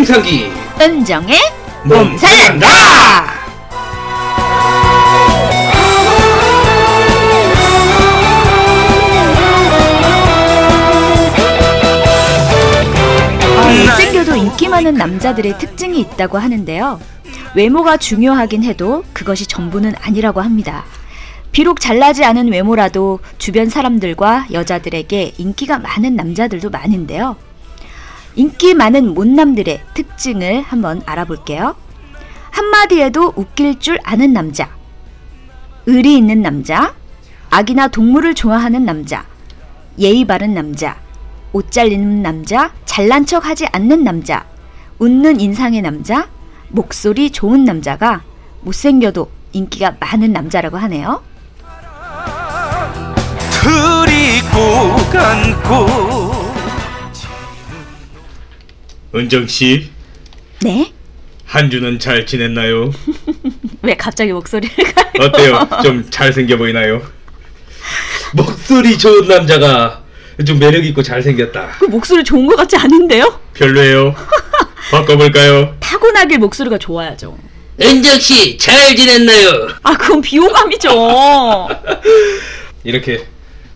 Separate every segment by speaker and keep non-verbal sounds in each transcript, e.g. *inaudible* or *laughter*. Speaker 1: 이야기
Speaker 2: 은정의
Speaker 1: 몸 살란다.
Speaker 2: 못생겨도 인기 많은 남자들의 특징이 있다고 하는데요. 외모가 중요하긴 해도 그것이 전부는 아니라고 합니다. 비록 잘나지 않은 외모라도 주변 사람들과 여자들에게 인기가 많은 남자들도 많은데요. 인기 많은 못남들의 특징을 한번 알아볼게요. 한마디에도 웃길 줄 아는 남자, 의리 있는 남자, 아기나 동물을 좋아하는 남자, 예의 바른 남자, 옷 잘리는 남자, 잘난 척 하지 않는 남자, 웃는 인상의 남자, 목소리 좋은 남자가 못생겨도 인기가 많은 남자라고 하네요.
Speaker 3: 틀이 꼭 안고
Speaker 1: 은정 씨,
Speaker 2: 네?
Speaker 1: 한 주는 잘 지냈나요?
Speaker 2: *laughs* 왜 갑자기 목소리를 가?
Speaker 1: 어때요? 좀 잘생겨 보이나요? 목소리 좋은 남자가 좀 매력 있고 잘생겼다.
Speaker 2: *laughs* 그 목소리 좋은 것 같지 않은데요?
Speaker 1: 별로예요. 바꿔볼까요?
Speaker 2: 타고나길 목소리가 좋아야죠.
Speaker 1: 은정 씨, 잘 지냈나요?
Speaker 2: 아
Speaker 1: *laughs*
Speaker 2: 그건 비호감이죠.
Speaker 1: 이렇게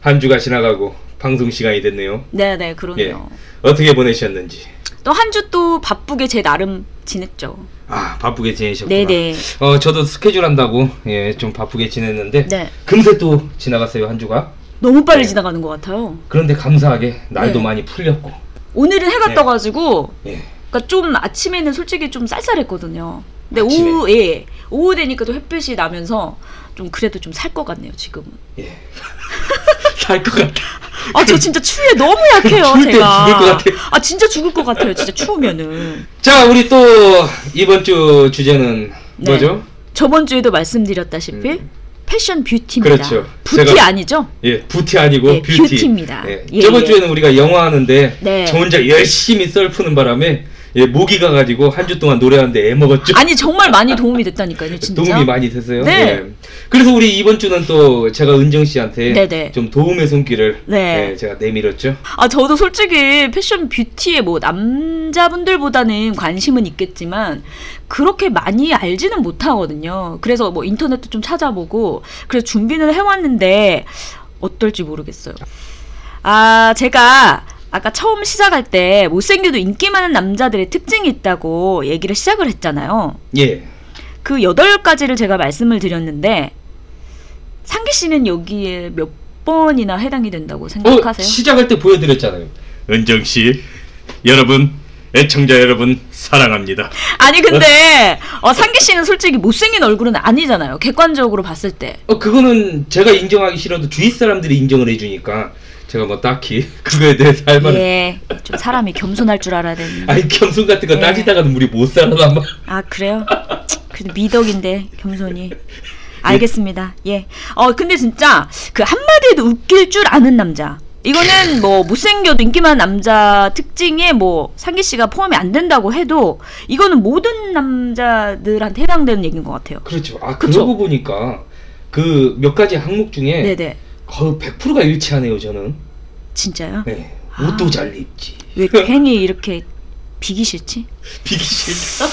Speaker 1: 한 주가 지나가고 방송 시간이 됐네요.
Speaker 2: 네네
Speaker 1: 예,
Speaker 2: 그러네요.
Speaker 1: 어떻게 보내셨는지.
Speaker 2: 또 한 주 또 바쁘게 제 나름 지냈죠.
Speaker 1: 아 바쁘게 지내셨구나.
Speaker 2: 네네.
Speaker 1: 어 저도 스케줄 한다고 예 좀 바쁘게 지냈는데
Speaker 2: 네.
Speaker 1: 금세 또 지나갔어요 한 주가.
Speaker 2: 너무 빨리
Speaker 1: 네.
Speaker 2: 지나가는 것 같아요.
Speaker 1: 그런데 감사하게 날도
Speaker 2: 네.
Speaker 1: 많이 풀렸고.
Speaker 2: 오늘은 해가
Speaker 1: 네.
Speaker 2: 떠가지고 *laughs*
Speaker 1: 예.
Speaker 2: 그러니까 좀 아침에는 솔직히 좀 쌀쌀했거든요. 근데
Speaker 1: 아침에?
Speaker 2: 오후에 예. 오후 되니까 또 햇빛이 나면서 좀 그래도 좀 살 것 같네요 지금은.
Speaker 1: 예. 살 것 같아.
Speaker 2: 아 저 진짜 추위에 너무 약해요
Speaker 1: *laughs* 추울 때
Speaker 2: 제가.
Speaker 1: 죽을 것 같아.
Speaker 2: 아 진짜 죽을 것 같아요 진짜 추우면은.
Speaker 1: 자 우리 또 이번 주 주제는
Speaker 2: 네.
Speaker 1: 뭐죠?
Speaker 2: 저번 주에도 말씀드렸다시피
Speaker 1: 음.
Speaker 2: 패션 뷰티입니다.
Speaker 1: 그렇죠.
Speaker 2: 뷰티
Speaker 1: 제가-
Speaker 2: 아니죠?
Speaker 1: 예, 뷰티 아니고
Speaker 2: 예,
Speaker 1: 뷰티.
Speaker 2: 뷰티입니다.
Speaker 1: 예,
Speaker 2: 예,
Speaker 1: 저번
Speaker 2: 예.
Speaker 1: 주에는 우리가 영화 하는데
Speaker 2: 네.
Speaker 1: 저 혼자 열심히 썰 푸는 바람에 예, 목이 가가지고 한 주 동안 노래하는데 애 먹었죠.
Speaker 2: 아니 정말 많이 도움이 됐다니까요 진짜.
Speaker 1: 도움이 많이 됐어요.
Speaker 2: 네.
Speaker 1: 예. 그래서 우리 이번 주는 또 제가 은정 씨한테
Speaker 2: 네네.
Speaker 1: 좀 도움의 손길을
Speaker 2: 네.
Speaker 1: 예, 제가 내밀었죠.
Speaker 2: 아 저도 솔직히 패션 뷰티에 뭐 남자분들보다는 관심은 있겠지만 그렇게 많이 알지는 못하거든요. 그래서 뭐 인터넷도 좀 찾아보고 그래서 준비는 해왔는데 어떨지 모르겠어요. 아 제가 아까 처음 시작할 때 못생겨도 인기 많은 남자들의 특징이 있다고 얘기를 시작을 했잖아요.
Speaker 1: 예.
Speaker 2: 그 여덟 가지를 제가 말씀을 드렸는데 상기 씨는 여기에 몇 번이나 해당이 된다고
Speaker 1: 어,
Speaker 2: 생각하세요?
Speaker 1: 시작할 때 보여드렸잖아요. 은정 씨, 여러분, 애청자 여러분 사랑합니다.
Speaker 2: 아니 근데 어, 상기 씨는 솔직히 못생긴 얼굴은 아니잖아요. 객관적으로 봤을 때.
Speaker 1: 어, 그거는 제가 인정하기 싫어도 주위 사람들이 인정을 해주니까 제가 뭐 딱히 *laughs* 그거에 대해서 할 말은
Speaker 2: 예, 좀 사람이 겸손할 줄 알아야 되는데.
Speaker 1: 아니 겸손 같은 거
Speaker 2: 네.
Speaker 1: 따지다가는 우리 못 살아나 아마
Speaker 2: 아 그래요? 그래도 미덕인데 겸손이. 알겠습니다. 예. 어 근데 진짜 그 한마디에도 웃길 줄 아는 남자. 이거는 뭐 못생겨도 인기 많은 남자 특징에 뭐 상기 씨가 포함이 안 된다고 해도 이거는 모든 남자들한테 해당되는 얘기인 것 같아요.
Speaker 1: 그렇죠 아
Speaker 2: 그쵸?
Speaker 1: 그러고 보니까 그 몇 가지 항목 중에
Speaker 2: 네네.
Speaker 1: 거의 100%가 일치하네요 저는
Speaker 2: 진짜요?
Speaker 1: 네.
Speaker 2: 아.
Speaker 1: 옷도 잘 입지
Speaker 2: 왜 괜히 이렇게 비기 싫지?
Speaker 1: *laughs* 비기 싫다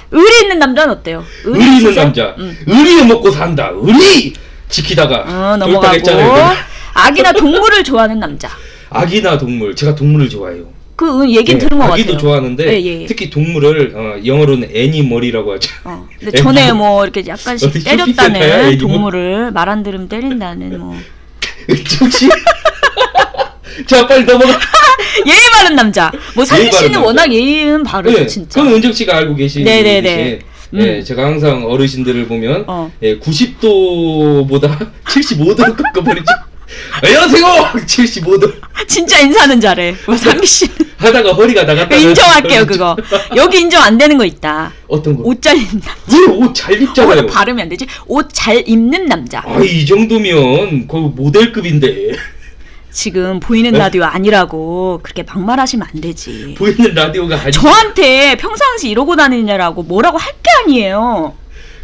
Speaker 2: *laughs* 의리 있는 남자는 어때요?
Speaker 1: 의리 있는
Speaker 2: 있으세요?
Speaker 1: 남자
Speaker 2: 응.
Speaker 1: 의리 먹고 산다 의리 지키다가
Speaker 2: 어,
Speaker 1: 돌당했잖아요,
Speaker 2: 넘어가고
Speaker 1: 이번에.
Speaker 2: 아기나 동물을 좋아하는 남자.
Speaker 1: 아기나 동물 제가 동물을 좋아해요
Speaker 2: 그 응, 얘기
Speaker 1: 네,
Speaker 2: 들은 것 같아요.
Speaker 1: 아기도 좋아하는데
Speaker 2: 예, 예, 예.
Speaker 1: 특히 동물을 어, 영어로는 애니멀이라고 하죠 *laughs*
Speaker 2: 어, 근데 전에 뭐 이렇게 약간씩
Speaker 1: 네, 어디 쇼핑센터야,
Speaker 2: 때렸다는
Speaker 1: 애기 뭐?
Speaker 2: 동물을 말 안 들으면
Speaker 1: *laughs*
Speaker 2: 때린다는 뭐
Speaker 1: 정신 *laughs* 자 빨리 넘어가
Speaker 2: 예의 바른 남자. 뭐 상희
Speaker 1: 예의 바른
Speaker 2: 씨는
Speaker 1: 남자.
Speaker 2: 워낙 예의는 바르죠
Speaker 1: 네,
Speaker 2: 진짜.
Speaker 1: 그건 은정 씨가 알고 계신
Speaker 2: 네네네.
Speaker 1: 일이지.
Speaker 2: 음.
Speaker 1: 예, 제가 항상 어르신들을 보면
Speaker 2: 어.
Speaker 1: 예, 90도보다 *laughs* 75도로 꺾어버리죠.
Speaker 2: *laughs*
Speaker 1: 안녕하세요. 75도
Speaker 2: *laughs* 진짜 인사는 잘해.
Speaker 1: *laughs*
Speaker 2: 뭐 상희 씨그
Speaker 1: 하다가 허리가 나갔다. *laughs*
Speaker 2: 인정할게요
Speaker 1: 그렇죠.
Speaker 2: 그거. 여기 인정 안 되는 거 있다.
Speaker 1: 어떤 거?
Speaker 2: 옷 잘 입는다. *laughs*
Speaker 1: 왜옷잘 입잖아요.
Speaker 2: 발음이 안 되지. 옷 잘 입는 남자.
Speaker 1: 아, 이 정도면 거의 모델급인데 *laughs*
Speaker 2: 지금 보이는
Speaker 1: 네?
Speaker 2: 라디오 아니라고 그렇게 막말하시면 안 되지.
Speaker 1: 보이는 라디오가 아니.
Speaker 2: 저한테 평상시 이러고 다니냐라고 뭐라고 할 게 아니에요.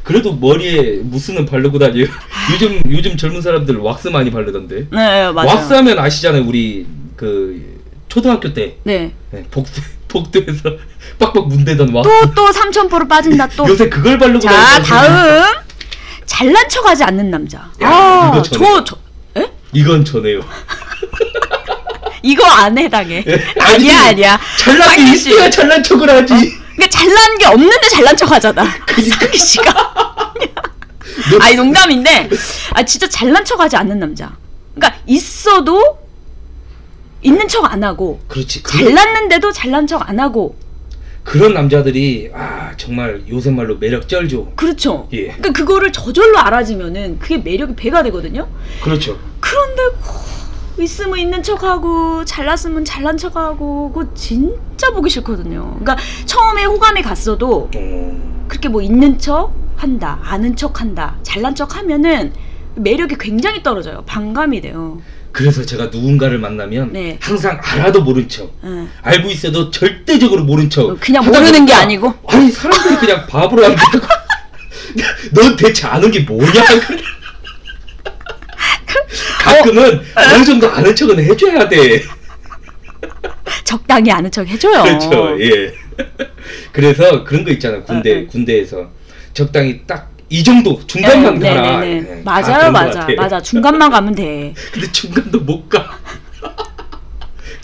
Speaker 1: 그래도 머리에 무스는 바르고 다녀요. 요즘 요즘 젊은 사람들 왁스 많이 바르던데.
Speaker 2: 네, 아. 맞아요.
Speaker 1: 왁스하면 아시잖아요. 우리 그 초등학교 때
Speaker 2: 네.
Speaker 1: 네, *laughs* 복도 복도에서 빡빡 문대던 와.
Speaker 2: 또 또 삼천포로 빠진다 또.
Speaker 1: 아, 요새 그걸 바르고
Speaker 2: 자
Speaker 1: 다니는 사람들이-
Speaker 2: 다음 잘난 척하지 않는 남자.
Speaker 1: 야, 이거
Speaker 2: 아저
Speaker 1: 저네요.
Speaker 2: 저,
Speaker 1: 이건 저네요.
Speaker 2: 이거 안 해당해.
Speaker 1: 예, 아니,
Speaker 2: 아니야 아니야.
Speaker 1: 잘난 게
Speaker 2: 쌍기 씨.
Speaker 1: 있어야 잘난 척을 하지.
Speaker 2: 그러니까 잘난 게 없는데 잘난 척하잖아.
Speaker 1: 그러니까.
Speaker 2: *laughs* 상기 씨가.
Speaker 1: 너- *laughs*
Speaker 2: 아니 농담인데 아 진짜 잘난 척하지 않는 남자. 그러니까 있어도 있는 척 안 하고
Speaker 1: 그렇지. 그,
Speaker 2: 잘났는데도 잘난 척 안 하고
Speaker 1: 그런 남자들이 아 정말 요새 말로 매력 쩔죠.
Speaker 2: 그렇죠.
Speaker 1: 예.
Speaker 2: 그러니까 그거를 저절로 알아지면은 그게 매력이 배가 되거든요.
Speaker 1: 그렇죠.
Speaker 2: 그런데 고- 있으면 있는 척하고 잘났으면 잘난 척하고 그거 진짜 보기 싫거든요. 그러니까 처음에 호감이 갔어도
Speaker 1: 어,
Speaker 2: 그렇게 뭐 있는 척 한다, 아는 척 한다, 잘난 척 하면은 매력이 굉장히 떨어져요. 반감이 돼요.
Speaker 1: 그래서 제가 누군가를 만나면
Speaker 2: 네.
Speaker 1: 항상 알아도 모른 척,
Speaker 2: 예.
Speaker 1: 알고 있어도 절대적으로 모른 척.
Speaker 2: 어, 그냥
Speaker 1: 하다
Speaker 2: 모르는 게
Speaker 1: 보니까
Speaker 2: 아니고
Speaker 1: 아니 사람들이 그냥 바보로 하니까 *laughs* 넌 대체 아는 게 뭐냐? *laughs* 가끔은 어느 정도 아는 척은 해줘야 돼.
Speaker 2: 적당히 아는 척 해줘요.
Speaker 1: 그렇죠.
Speaker 2: 네,
Speaker 1: 예. *laughs* 그래서 그런 거 있잖아.
Speaker 2: 어,
Speaker 1: 군대
Speaker 2: 어.
Speaker 1: 군대에서 적당히 딱 이 정도 중간만
Speaker 2: 네,
Speaker 1: 가라.
Speaker 2: 네, 네.
Speaker 1: 예,
Speaker 2: 맞아요,
Speaker 1: 아, 그런 거
Speaker 2: 맞아,
Speaker 1: 같아.
Speaker 2: 맞아. 중간만 가면 돼.
Speaker 1: *laughs* 근데 중간도 못 가. *laughs*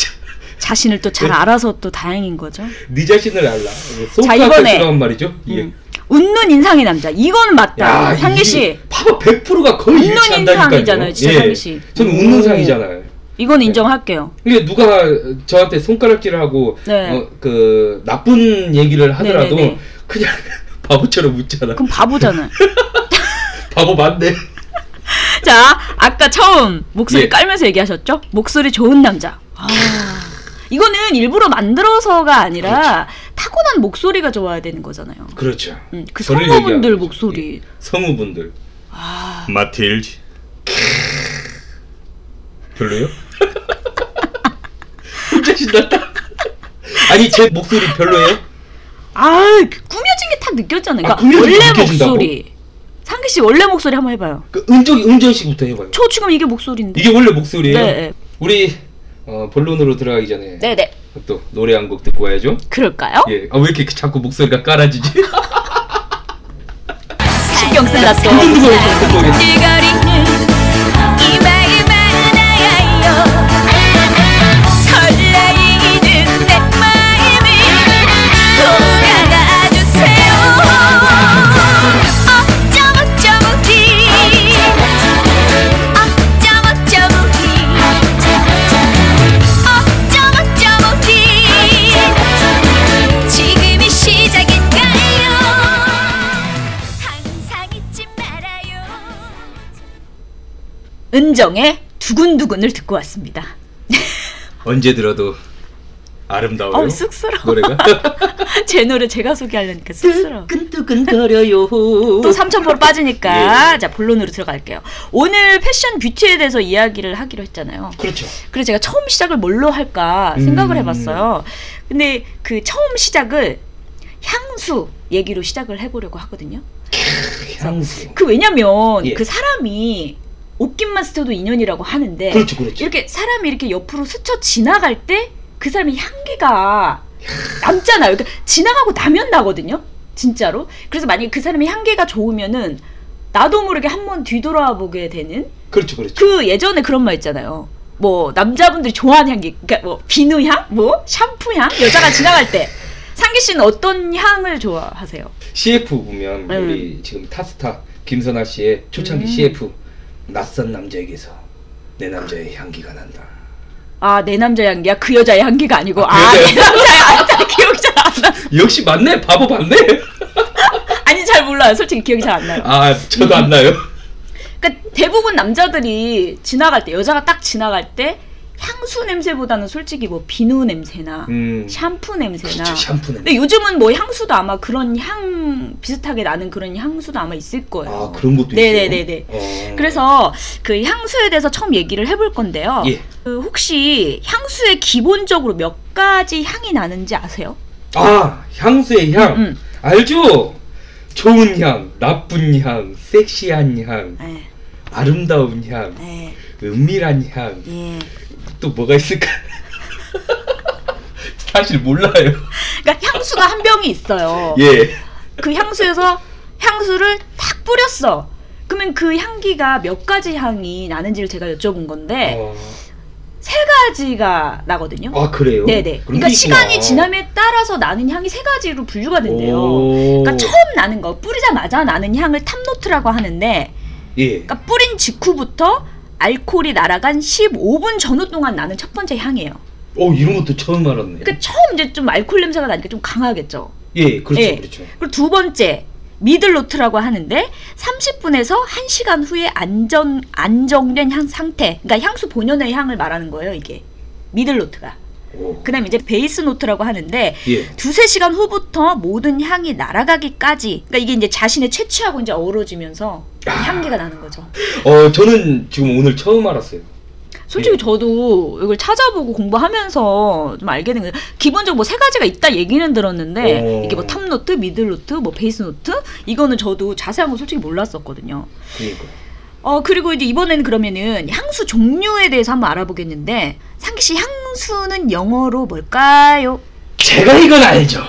Speaker 2: 자신을 또 잘
Speaker 1: 네.
Speaker 2: 알아서 또 다행인 거죠.
Speaker 1: 네 자신을 알라.
Speaker 2: 자,
Speaker 1: 소프트
Speaker 2: 이번에.
Speaker 1: 들어간 말이죠. 예.
Speaker 2: 음. 웃는 인상의 남자. 이건 맞다.
Speaker 1: 야,
Speaker 2: 상기
Speaker 1: 이-
Speaker 2: 씨.
Speaker 1: 봐봐 100%가 거의
Speaker 2: 웃는
Speaker 1: 일치한다니까요. 예.
Speaker 2: 인상이잖아요, 진짜 상기 씨.
Speaker 1: 저는
Speaker 2: 오.
Speaker 1: 웃는 상이잖아요. 네.
Speaker 2: 이건 인정할게요.
Speaker 1: 이게 누가 저한테 손가락질을 하고
Speaker 2: 네.
Speaker 1: 어, 그 나쁜 얘기를 하더라도
Speaker 2: 네, 네, 네.
Speaker 1: 그냥 *laughs* 바보처럼 웃잖아.
Speaker 2: 그럼 바보잖아요. *laughs*
Speaker 1: 바보 맞네.
Speaker 2: 자, 아까 처음 목소리
Speaker 1: 예.
Speaker 2: 깔면서 얘기하셨죠? 목소리 좋은 남자. 아, 이거는 일부러 만들어서가 아니라 타고난 목소리가 좋아야 되는 거잖아요.
Speaker 1: 그렇죠.
Speaker 2: 음, 그
Speaker 1: 저를
Speaker 2: 성우분들
Speaker 1: 얘기하는 예.
Speaker 2: 목소리.
Speaker 1: 성우분들
Speaker 2: 아,
Speaker 4: 마틸드
Speaker 2: *laughs*
Speaker 1: 별로요? 혼자 신났다. 아니 제 목소리 별로예요?
Speaker 2: 아, 그 꾸며진 게 다 느꼈잖아요.
Speaker 1: 아,
Speaker 2: 그러니까
Speaker 1: 꾸며진 게
Speaker 2: 원래
Speaker 1: 느껴진다고?
Speaker 2: 목소리. 상기 씨 원래 목소리 한번 해봐요.
Speaker 1: 그 음정 음정 씨부터 해봐요.
Speaker 2: 초 지금 이게 목소리인데.
Speaker 1: 이게 원래 목소리예요.
Speaker 2: 네,
Speaker 1: 우리 어, 본론으로 들어가기 전에
Speaker 2: 네, 어? 네.
Speaker 1: 또 노래 한 곡 듣고 와야죠.
Speaker 2: 그럴까요?
Speaker 1: 예. 아 왜 이렇게 자꾸 목소리가
Speaker 2: *laughs*
Speaker 1: 깔아지지?
Speaker 2: 신경 쓰다 또.
Speaker 1: 안 듣는 거예요. 듣고 오겠습니다.
Speaker 5: 즐거리는 이마 이마 나가요 설레이는 내 마음이 돌아가 주세요 어쩌고저쩌고기 어쩌고저쩌고기 어쩌고저쩌고기 지금이 시작인가요 항상 잊지 말아요
Speaker 2: 은정의 두근두근을 듣고 왔습니다.
Speaker 1: 언제 들어도 아름다워요.
Speaker 2: 어우, 쑥스러워.
Speaker 1: 노래가
Speaker 2: *laughs* 제 노래 제가 소개하려니까 쑥스러워.
Speaker 1: 그, 끈끈거려요. 그,
Speaker 2: 또 3,000포로
Speaker 1: 예,
Speaker 2: 빠지니까 자 본론으로 들어갈게요. 오늘 패션 뷰티에 대해서 이야기를 하기로 했잖아요.
Speaker 1: 그렇죠.
Speaker 2: 그래서 제가 처음 시작을 뭘로 할까 생각을
Speaker 1: 음.
Speaker 2: 해봤어요. 근데 그 처음 시작을 향수 얘기로 시작을 해보려고 하거든요.
Speaker 1: 향수.
Speaker 2: 그 왜냐면
Speaker 1: 예.
Speaker 2: 그 사람이 옷깃만 스쳐도 인연이라고 하는데
Speaker 1: 그렇죠, 그렇죠.
Speaker 2: 네. 이렇게 사람이 이렇게 옆으로 스쳐 지나갈 때 그 사람이 향기가 남잖아요. 그러니까 지나가고 나면 나거든요. 진짜로. 그래서 만약에 그 사람이 향기가 좋으면은 나도 모르게 한 번 뒤돌아보게 되는
Speaker 1: 그렇죠, 그렇죠.
Speaker 2: 그 예전에 그런 말 있잖아요. 뭐 남자분들이 좋아하는 향기, 그러니까 뭐 비누 향, 뭐 샴푸 향, 여자가 지나갈 때 상기 씨는 어떤 향을 좋아하세요?
Speaker 1: CF 보면
Speaker 2: 음.
Speaker 1: 우리 지금 탑스타 김선아 씨의 초창기
Speaker 2: 음.
Speaker 1: CF 낯선 남자에게서 내 남자의 향기가 난다.
Speaker 2: 아 내 남자 향기야, 그 여자의 향기가 아니고
Speaker 1: 아,
Speaker 2: 아
Speaker 1: 그
Speaker 2: 내
Speaker 1: 여자의-
Speaker 2: 남자 향기 기억이 잘 안 나.
Speaker 1: 역시 맞네, 바보 맞네. *laughs*
Speaker 2: 아니 잘 몰라요. 솔직히 기억이 잘 안 나요.
Speaker 1: 아 저도 안 나요.
Speaker 2: 그러니까 대부분 남자들이 지나갈 때 여자가 딱 지나갈 때 향수 냄새보다는 솔직히 뭐 비누 냄새나
Speaker 1: 음.
Speaker 2: 샴푸 냄새나
Speaker 1: 그렇죠, 샴푸는.
Speaker 2: 근데 요즘은 뭐 향수도 아마 그런 향 비슷하게 나는 그런 향수도 아마 있을
Speaker 1: 아
Speaker 2: 거예요.
Speaker 1: 그런 것도
Speaker 2: 네네네네.
Speaker 1: 있어요. 어.
Speaker 2: 그래서 그 향수에 대해서 처음 얘기를 해볼 건데요.
Speaker 1: 예.
Speaker 2: 그 혹시 향수에 기본적으로 몇 가지 향이 나는지 아세요?
Speaker 1: 아 향수의 향
Speaker 2: 음.
Speaker 1: 알죠? 좋은 향, 나쁜 향, 섹시한 향,
Speaker 2: 네,
Speaker 1: 아름다운 향,
Speaker 2: 네,
Speaker 1: 은밀한 향,
Speaker 2: 예.
Speaker 1: 또 뭐가 있을까? *laughs* 사실 몰라요.
Speaker 2: 그러니까 향수가 한 병이 있어요.
Speaker 1: 예.
Speaker 2: 그 향수에서 향수를 탁 뿌렸어. 그러면 그 향기가 몇 가지 향이 나는지를 제가 여쭤본 건데
Speaker 1: 어,
Speaker 2: 세 가지가 나거든요.
Speaker 1: 아 그래요? 아.
Speaker 2: 네네.
Speaker 1: 그런
Speaker 2: 그러니까
Speaker 1: 게 있구나.
Speaker 2: 시간이 지남에 따라서 나는 향이 세 가지로 분류가 된대요.
Speaker 1: 오.
Speaker 2: 그러니까 처음 나는 거 뿌리자마자 나는 향을 탑노트라고 하는데
Speaker 1: 예.
Speaker 2: 그러니까 뿌린 직후부터 알코올이 날아간 15분 전후 동안 나는 첫 번째 향이에요.
Speaker 1: 어 이런 것도 처음 알았네.
Speaker 2: 그러니까 처음 이제 좀 알코올 냄새가 나니까 좀 강하겠죠.
Speaker 1: 예, 그렇죠,
Speaker 2: 예.
Speaker 1: 그렇죠.
Speaker 2: 그리고 두 번째 미들노트라고 하는데 30분에서 1시간 후에 안전 안정된 향 상태. 그러니까 향수 본연의 향을 말하는 거예요, 이게. 미들노트가.
Speaker 1: 오.
Speaker 2: 그다음에 이제 베이스 노트라고 하는데
Speaker 1: 예.
Speaker 2: 두세 시간 후부터 모든 향이 날아가기까지 그러니까 이게 이제 자신의 채취하고 이제 어우러지면서
Speaker 1: 아.
Speaker 2: 향기가 나는 거죠.
Speaker 1: 어 저는 지금 오늘 처음 알았어요.
Speaker 2: 솔직히
Speaker 1: 예.
Speaker 2: 저도 이걸 찾아보고 공부하면서 좀 알게 된 거예요. 기본적으로 뭐 세 가지가 있다 얘기는 들었는데
Speaker 1: 오.
Speaker 2: 이게 뭐 탑노트, 미들노트, 뭐 베이스노트 이거는 저도 자세한 건 솔직히 몰랐었거든요.
Speaker 1: 그러니까.
Speaker 2: 어 그리고 이제 이번에는 그러면은 향수 종류에 대해서 한번 알아보겠는데 상기 씨 향수는 영어로 뭘까요?
Speaker 1: 제가 이건 알죠.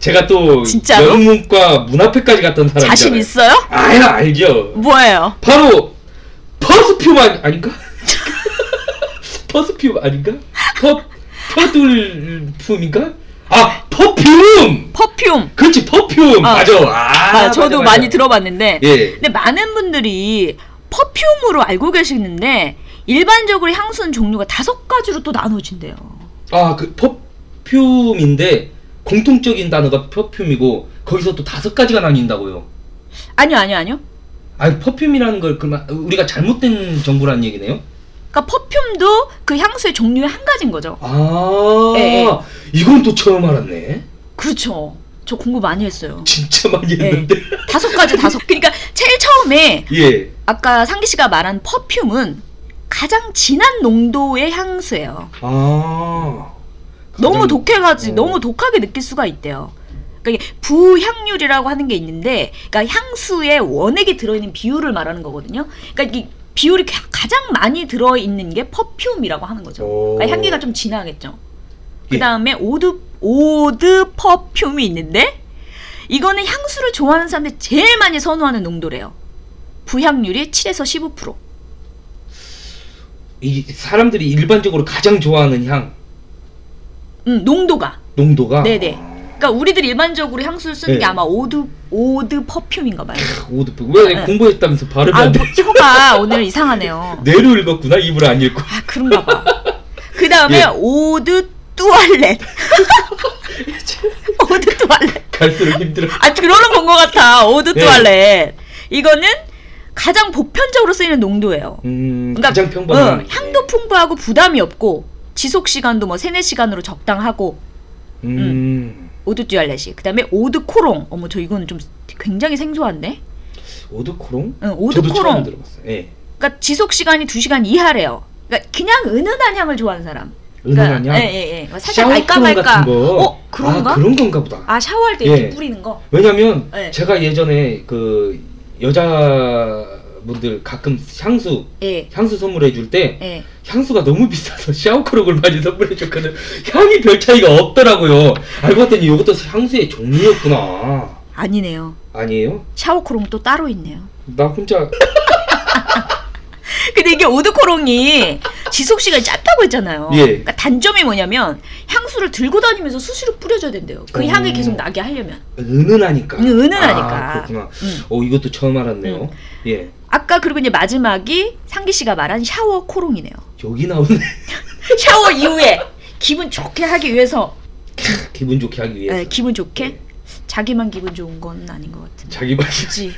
Speaker 1: 제가 또
Speaker 2: 진짜로?
Speaker 1: 영문과 문화패까지 갔던 사람이잖아요.
Speaker 2: 자신 있어요?
Speaker 1: 아예 알죠.
Speaker 2: 뭐예요?
Speaker 1: 바로 퍼스퓨 아니, 아닌가? *laughs* 퍼스퓨 아닌가? 퍼 퍼둘품인가? 아 퍼퓸.
Speaker 2: 퍼퓸.
Speaker 1: 그렇지 퍼퓸
Speaker 2: 아.
Speaker 1: 맞아. 아,
Speaker 2: 아, 저도
Speaker 1: 맞아, 맞아.
Speaker 2: 많이 들어봤는데
Speaker 1: 예.
Speaker 2: 근데 많은 분들이 퍼퓸으로 알고 계시는데 일반적으로 향수는 종류가 다섯 가지로 또 나눠진대요.
Speaker 1: 아그 퍼퓸인데 공통적인 단어가 퍼퓸이고 거기서 또 다섯 가지가 나뉜다고요.
Speaker 2: 아니요, 아니요, 아니요.
Speaker 1: 아니 퍼퓸이라는 걸 그러면 우리가 잘못된 정보라는 얘기네요.
Speaker 2: 그러니까 퍼퓸도 그 향수의 종류의 한 가지인 거죠.
Speaker 1: 아
Speaker 2: 예, 예.
Speaker 1: 이건 또 처음 알았네.
Speaker 2: 그렇죠. 저 공부 많이 했어요.
Speaker 1: 진짜
Speaker 2: 예.
Speaker 1: 많이 했는데.
Speaker 2: 다섯 가지 다섯. 그러니까 제일 처음에
Speaker 1: 예.
Speaker 2: 아까 상기 씨가 말한 퍼퓸은 가장 진한 농도의 향수예요.
Speaker 1: 아
Speaker 2: 너무 독해가지
Speaker 1: 어.
Speaker 2: 너무 독하게 느낄 수가 있대요. 그러니까 이게 부향률이라고 하는 게 있는데, 그러니까 향수의 원액이 들어있는 비율을 말하는 거거든요. 그러니까 이 비율이 가- 가장 많이 들어있는 게 퍼퓸이라고 하는 거죠.
Speaker 1: 오.
Speaker 2: 그러니까 향기가 좀 진하겠죠.
Speaker 1: 예.
Speaker 2: 그 다음에 오드 오드 퍼퓸이 있는데, 이거는 향수를 좋아하는 사람들이 제일 많이 선호하는 농도래요. 부향률이 7에서 15%.
Speaker 1: 이 사람들이 일반적으로 가장 좋아하는 향
Speaker 2: 음, 농도가.
Speaker 1: 농도가
Speaker 2: 네네.
Speaker 1: 아,
Speaker 2: 그러니까 우리들 일반적으로 향수를 쓰는
Speaker 1: 네.
Speaker 2: 게 아마 오드 오드 퍼퓸인가 봐요.
Speaker 1: 오드 왜
Speaker 2: 네.
Speaker 1: 공부했다면서 발음이
Speaker 2: 아,
Speaker 1: 안 *laughs* 돼?
Speaker 2: 뭐, 혀가 오늘 이상하네요.
Speaker 1: 뇌로 읽었구나 입을 안 읽고
Speaker 2: 아, 그런가 봐. 그 다음에
Speaker 1: 예.
Speaker 2: 오드
Speaker 1: *laughs*
Speaker 2: 뚜알렛. 오드 뚜알렛.
Speaker 1: 갈수록 힘들어.
Speaker 2: 아, 그러는 건 것 같아. 오드
Speaker 1: 네.
Speaker 2: 뚜알렛. 이거는 가장 보편적으로 쓰이는 농도예요.
Speaker 1: 음
Speaker 2: 그러니까,
Speaker 1: 가장 평범한 예.
Speaker 2: 응, 향도 풍부하고 부담이 없고 지속 시간도 뭐 3, 4시간으로 적당하고
Speaker 1: 음
Speaker 2: 오드 뚜알렛이. 그 다음에 오드 코롱. 어머, 저 이거는 좀 굉장히 생소한데?
Speaker 1: 오드 코롱
Speaker 2: 응, 오드
Speaker 1: 저도 처음
Speaker 2: 코롱.
Speaker 1: 들어봤어요. 예
Speaker 2: 그러니까 지속 시간이 2시간 이하래요. 그러니까 그냥 은은한 향을 좋아하는 사람.
Speaker 1: 은은한 향.
Speaker 2: 그러니까 예예예. 뭐 살짝
Speaker 1: 샤워
Speaker 2: 말까
Speaker 1: 크롬
Speaker 2: 말까.
Speaker 1: 같은 거.
Speaker 2: 어 그런가?
Speaker 1: 아,
Speaker 2: 아,
Speaker 1: 그런 건가 보다.
Speaker 2: 샤워할 때 이렇게
Speaker 1: 예.
Speaker 2: 뿌리는 거.
Speaker 1: 왜냐면
Speaker 2: 네.
Speaker 1: 제가 예전에 그 여자분들 가끔 향수
Speaker 2: 예.
Speaker 1: 향수 선물해 줄 때
Speaker 2: 예.
Speaker 1: 향수가 너무 비싸서 *laughs* 샤워크록을 많이 선물해 줬거든. 향이 별 차이가 없더라고요. 알고 봤더니 이것도 향수의 종류였구나.
Speaker 2: 아니네요.
Speaker 1: 아니에요?
Speaker 2: 샤워코롱 또 따로 있네요. *laughs*
Speaker 1: 나 혼자
Speaker 2: 근데 이게 오드코롱이 지속 시간이 짧다고 했잖아요.
Speaker 1: 예.
Speaker 2: 그러니까 단점이 뭐냐면 향수를 들고 다니면서 수시로 뿌려줘야 된대요. 그
Speaker 1: 어.
Speaker 2: 향이 계속 나게 하려면.
Speaker 1: 은은하니까.
Speaker 2: 음, 은은하니까.
Speaker 1: 아, 그렇구나.
Speaker 2: 음.
Speaker 1: 어 이것도 처음 알았네요. 예.
Speaker 2: 아까 그리고 이제 마지막이 상기 씨가 말한 샤워코롱이네요. *laughs*
Speaker 1: 여기 나오네.
Speaker 2: 샤워 이후에 기분 좋게 하기 위해서
Speaker 1: *laughs* 기분 좋게 하기 위해서.
Speaker 2: 예, 기분 좋게
Speaker 1: 예.
Speaker 2: 자기만 기분 좋은 건 아닌 것 같은데.
Speaker 1: 자기 말. *laughs*
Speaker 2: 그치?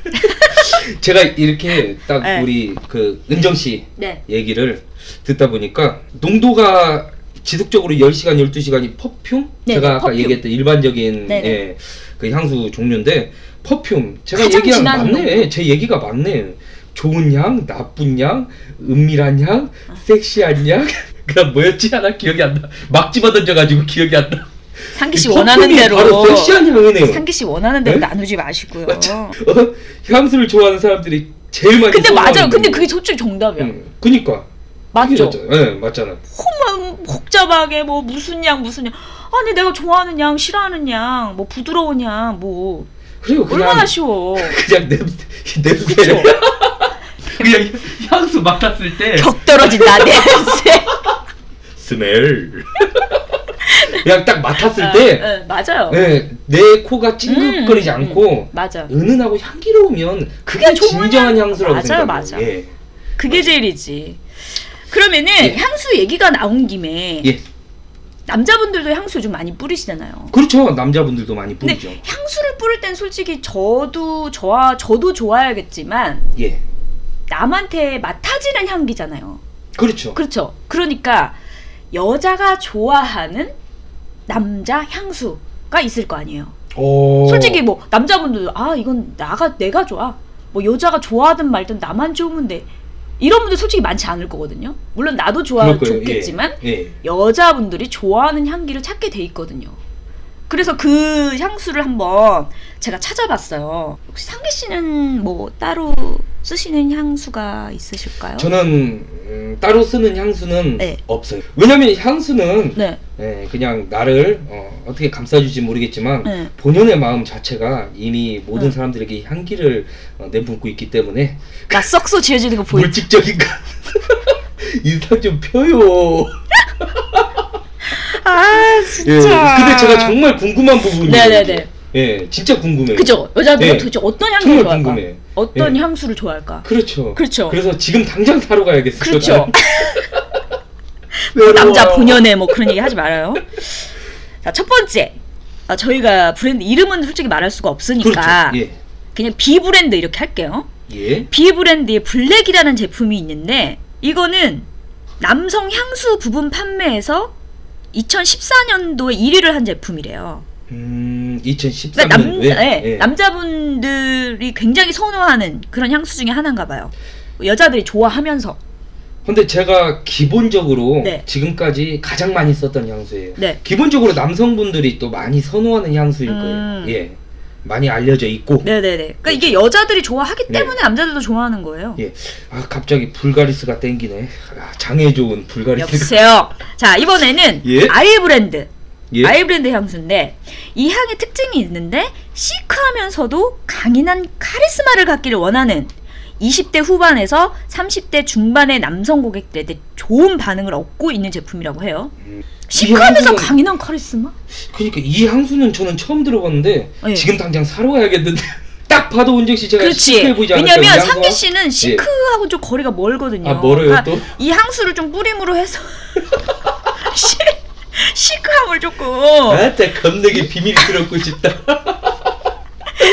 Speaker 1: 제가 이렇게 딱
Speaker 2: 네.
Speaker 1: 우리 그 은정 씨
Speaker 2: 네.
Speaker 1: 얘기를 듣다 보니까 농도가 지속적으로 10시간, 12시간이 퍼퓸?
Speaker 2: 네,
Speaker 1: 제가
Speaker 2: 네,
Speaker 1: 아까
Speaker 2: 퍼퓸.
Speaker 1: 얘기했던 일반적인
Speaker 2: 네, 네.
Speaker 1: 예, 그 향수 종류인데 퍼퓸 제가
Speaker 2: 가장
Speaker 1: 얘기한
Speaker 2: 진한
Speaker 1: 맞네.
Speaker 2: 농도.
Speaker 1: 제 얘기가 맞네. 좋은 향, 나쁜 향, 은밀한 향, 섹시한 향. *laughs* 그다음 뭐였지 하나 기억이 안 나. 막 집어던져가지고 기억이 안 나.
Speaker 2: 상기 씨
Speaker 1: 이
Speaker 2: 원하는
Speaker 1: 퍼퓸이
Speaker 2: 대로
Speaker 1: 바로 그 섹시한 향이네요.
Speaker 2: 상기 씨 원하는 대로
Speaker 1: 네?
Speaker 2: 나누지 마시고요.
Speaker 1: 맞아. 어, 향수를 좋아하는 사람들이 제일 많이.
Speaker 2: 근데 맞아요.
Speaker 1: 선호하는
Speaker 2: 근데
Speaker 1: 거예요.
Speaker 2: 그게 솔직히 정답이야.
Speaker 1: 응, 음. 그니까.
Speaker 2: 맞죠?
Speaker 1: 예, 맞잖아.
Speaker 2: 호만 복잡하게 뭐 무슨 양 무슨 양. 아니 내가 좋아하는 양, 싫어하는 양, 뭐 부드러운 양, 뭐
Speaker 1: 그래요 그냥 *laughs*
Speaker 2: 얼마나 쉬워.
Speaker 1: 그냥 냄새 냄새 *laughs* 그냥 향수 맡았을 때
Speaker 6: 격 떨어진다
Speaker 1: *laughs*
Speaker 6: 냄새.
Speaker 1: 스멜 *laughs* 그냥 딱 맡았을 때
Speaker 2: 예, 예, 맞아요.
Speaker 1: 네, 내 코가 찡긋거리지
Speaker 2: 음, 음,
Speaker 1: 않고
Speaker 2: 맞아.
Speaker 1: 은은하고 향기로우면 그게
Speaker 2: 그게 좋은
Speaker 1: 진정한
Speaker 2: 향-
Speaker 1: 향수라고
Speaker 2: 맞아요,
Speaker 1: 생각해요.
Speaker 2: 맞아.
Speaker 1: 예.
Speaker 2: 그게 제일이지. 그러면은
Speaker 1: 예.
Speaker 2: 향수 얘기가 나온 김에
Speaker 1: 예.
Speaker 2: 남자분들도 향수 요즘 많이 뿌리시잖아요.
Speaker 1: 그렇죠. 남자분들도 많이
Speaker 2: 근데
Speaker 1: 뿌리죠.
Speaker 2: 네, 향수를 뿌릴 땐 솔직히 저도 좋아 저도 좋아야겠지만
Speaker 1: 예.
Speaker 2: 남한테 맡아지는 향기잖아요.
Speaker 1: 그렇죠.
Speaker 2: 그렇죠. 그러니까 여자가 좋아하는 남자 향수가 있을 거 아니에요.
Speaker 1: 어.
Speaker 2: 솔직히 뭐 남자분들도 아 이건 나가 내가 좋아. 뭐 여자가 좋아하든 말든 나만 좋으면 돼. 이런 분들 솔직히 많지 않을 거거든요. 물론 나도 좋아
Speaker 1: 그럴 거예요. 예.
Speaker 2: 좋겠지만
Speaker 1: 예.
Speaker 2: 여자분들이 좋아하는 향기를 찾게 돼 있거든요. 그래서 그 향수를 한번 제가 찾아봤어요. 혹시 상기 씨는 뭐 따로 쓰시는 향수가 있으실까요?
Speaker 1: 저는 음, 따로 쓰는 향수는
Speaker 2: 어. 네.
Speaker 1: 없어요. 왜냐면 향수는
Speaker 2: 네,
Speaker 1: 예, 그냥 나를 어, 어떻게 감싸주지 모르겠지만
Speaker 2: 네.
Speaker 1: 본연의 마음 자체가 이미 모든
Speaker 2: 음.
Speaker 1: 사람들에게 향기를 어, 내뿜고 있기 때문에
Speaker 2: 나 썩소 지어지는 거 보이죠?
Speaker 1: 물질적인 거 *laughs* 인상 좀 펴요.
Speaker 2: 아
Speaker 1: 예. 근데 제가 정말 궁금한 부분이
Speaker 2: 네네네.
Speaker 1: 예, 진짜 궁금해요.
Speaker 2: 그죠? 여자들은
Speaker 1: 예.
Speaker 2: 도대체 어떤 향수를
Speaker 1: 정말
Speaker 2: 좋아할까?
Speaker 1: 궁금해.
Speaker 2: 어떤
Speaker 1: 예.
Speaker 2: 향수를 좋아할까?
Speaker 1: 그렇죠.
Speaker 2: 그렇죠.
Speaker 1: 그래서 지금 당장 사러 가야겠어요.
Speaker 2: 그렇죠. *laughs* 그
Speaker 1: 외로워요.
Speaker 2: 남자 본연의 뭐 그런 얘기 하지 말아요. 자, 첫 번째. 아, 저희가 브랜드 이름은 솔직히 말할 수가 없으니까
Speaker 1: 그렇죠. 예.
Speaker 2: 그냥 B 브랜드 이렇게 할게요.
Speaker 1: 예.
Speaker 2: B 브랜드의 블랙이라는 제품이 있는데 이거는 남성 향수 부분 판매에서 2014년도에 1위를 한 제품이래요.
Speaker 1: 음, 2013년.
Speaker 2: 그러니까 남, 예, 남자분들이 굉장히 선호하는 그런 향수 중에 하나인가 봐요. 여자들이 좋아하면서.
Speaker 1: 근데 제가 기본적으로
Speaker 2: 네.
Speaker 1: 지금까지 가장 많이 썼던 향수예요.
Speaker 2: 네.
Speaker 1: 기본적으로 남성분들이 또 많이 선호하는 향수일
Speaker 2: 음.
Speaker 1: 거예요. 예. 많이 알려져 있고.
Speaker 2: 네네네. 그러니까 이게 여자들이 좋아하기
Speaker 1: 네.
Speaker 2: 때문에 남자들도 좋아하는 거예요.
Speaker 1: 예. 아, 갑자기 불가리스가 땡기네. 아, 장에 좋은 불가리스가.
Speaker 2: 여보세요. 자, 이번에는
Speaker 1: 예.
Speaker 2: 아이 브랜드.
Speaker 1: 예.
Speaker 2: 아이 브랜드 향수인데 이 향의 특징이 있는데 시크하면서도 강인한 카리스마를 갖기를 원하는 20대 후반에서 30대 중반의 남성 고객들한테 좋은 반응을 얻고 있는 제품이라고 해요.
Speaker 1: 음.
Speaker 2: 시크하면서
Speaker 1: 향수는-
Speaker 2: 강인한 카리스마?
Speaker 1: 그러니까 이 향수는 저는 처음 들어봤는데
Speaker 2: 예.
Speaker 1: 지금 당장 사러 가야겠는데. *laughs* 딱 봐도 은정 씨 제가
Speaker 2: 그렇지.
Speaker 1: 네, 시크해 보이지 않을까?
Speaker 2: 왜냐면
Speaker 1: 이 향수가?
Speaker 2: 상기 씨는 시크하고 좀 거리가 멀거든요.
Speaker 1: 아, 멀어요
Speaker 2: 그러니까
Speaker 1: 또?
Speaker 2: 이 향수를 좀 뿌림으로
Speaker 1: *laughs*
Speaker 2: 해서 *laughs* 시, 시크함을 조금.
Speaker 1: 나한테 겁나게 비밀 들었고 싶다.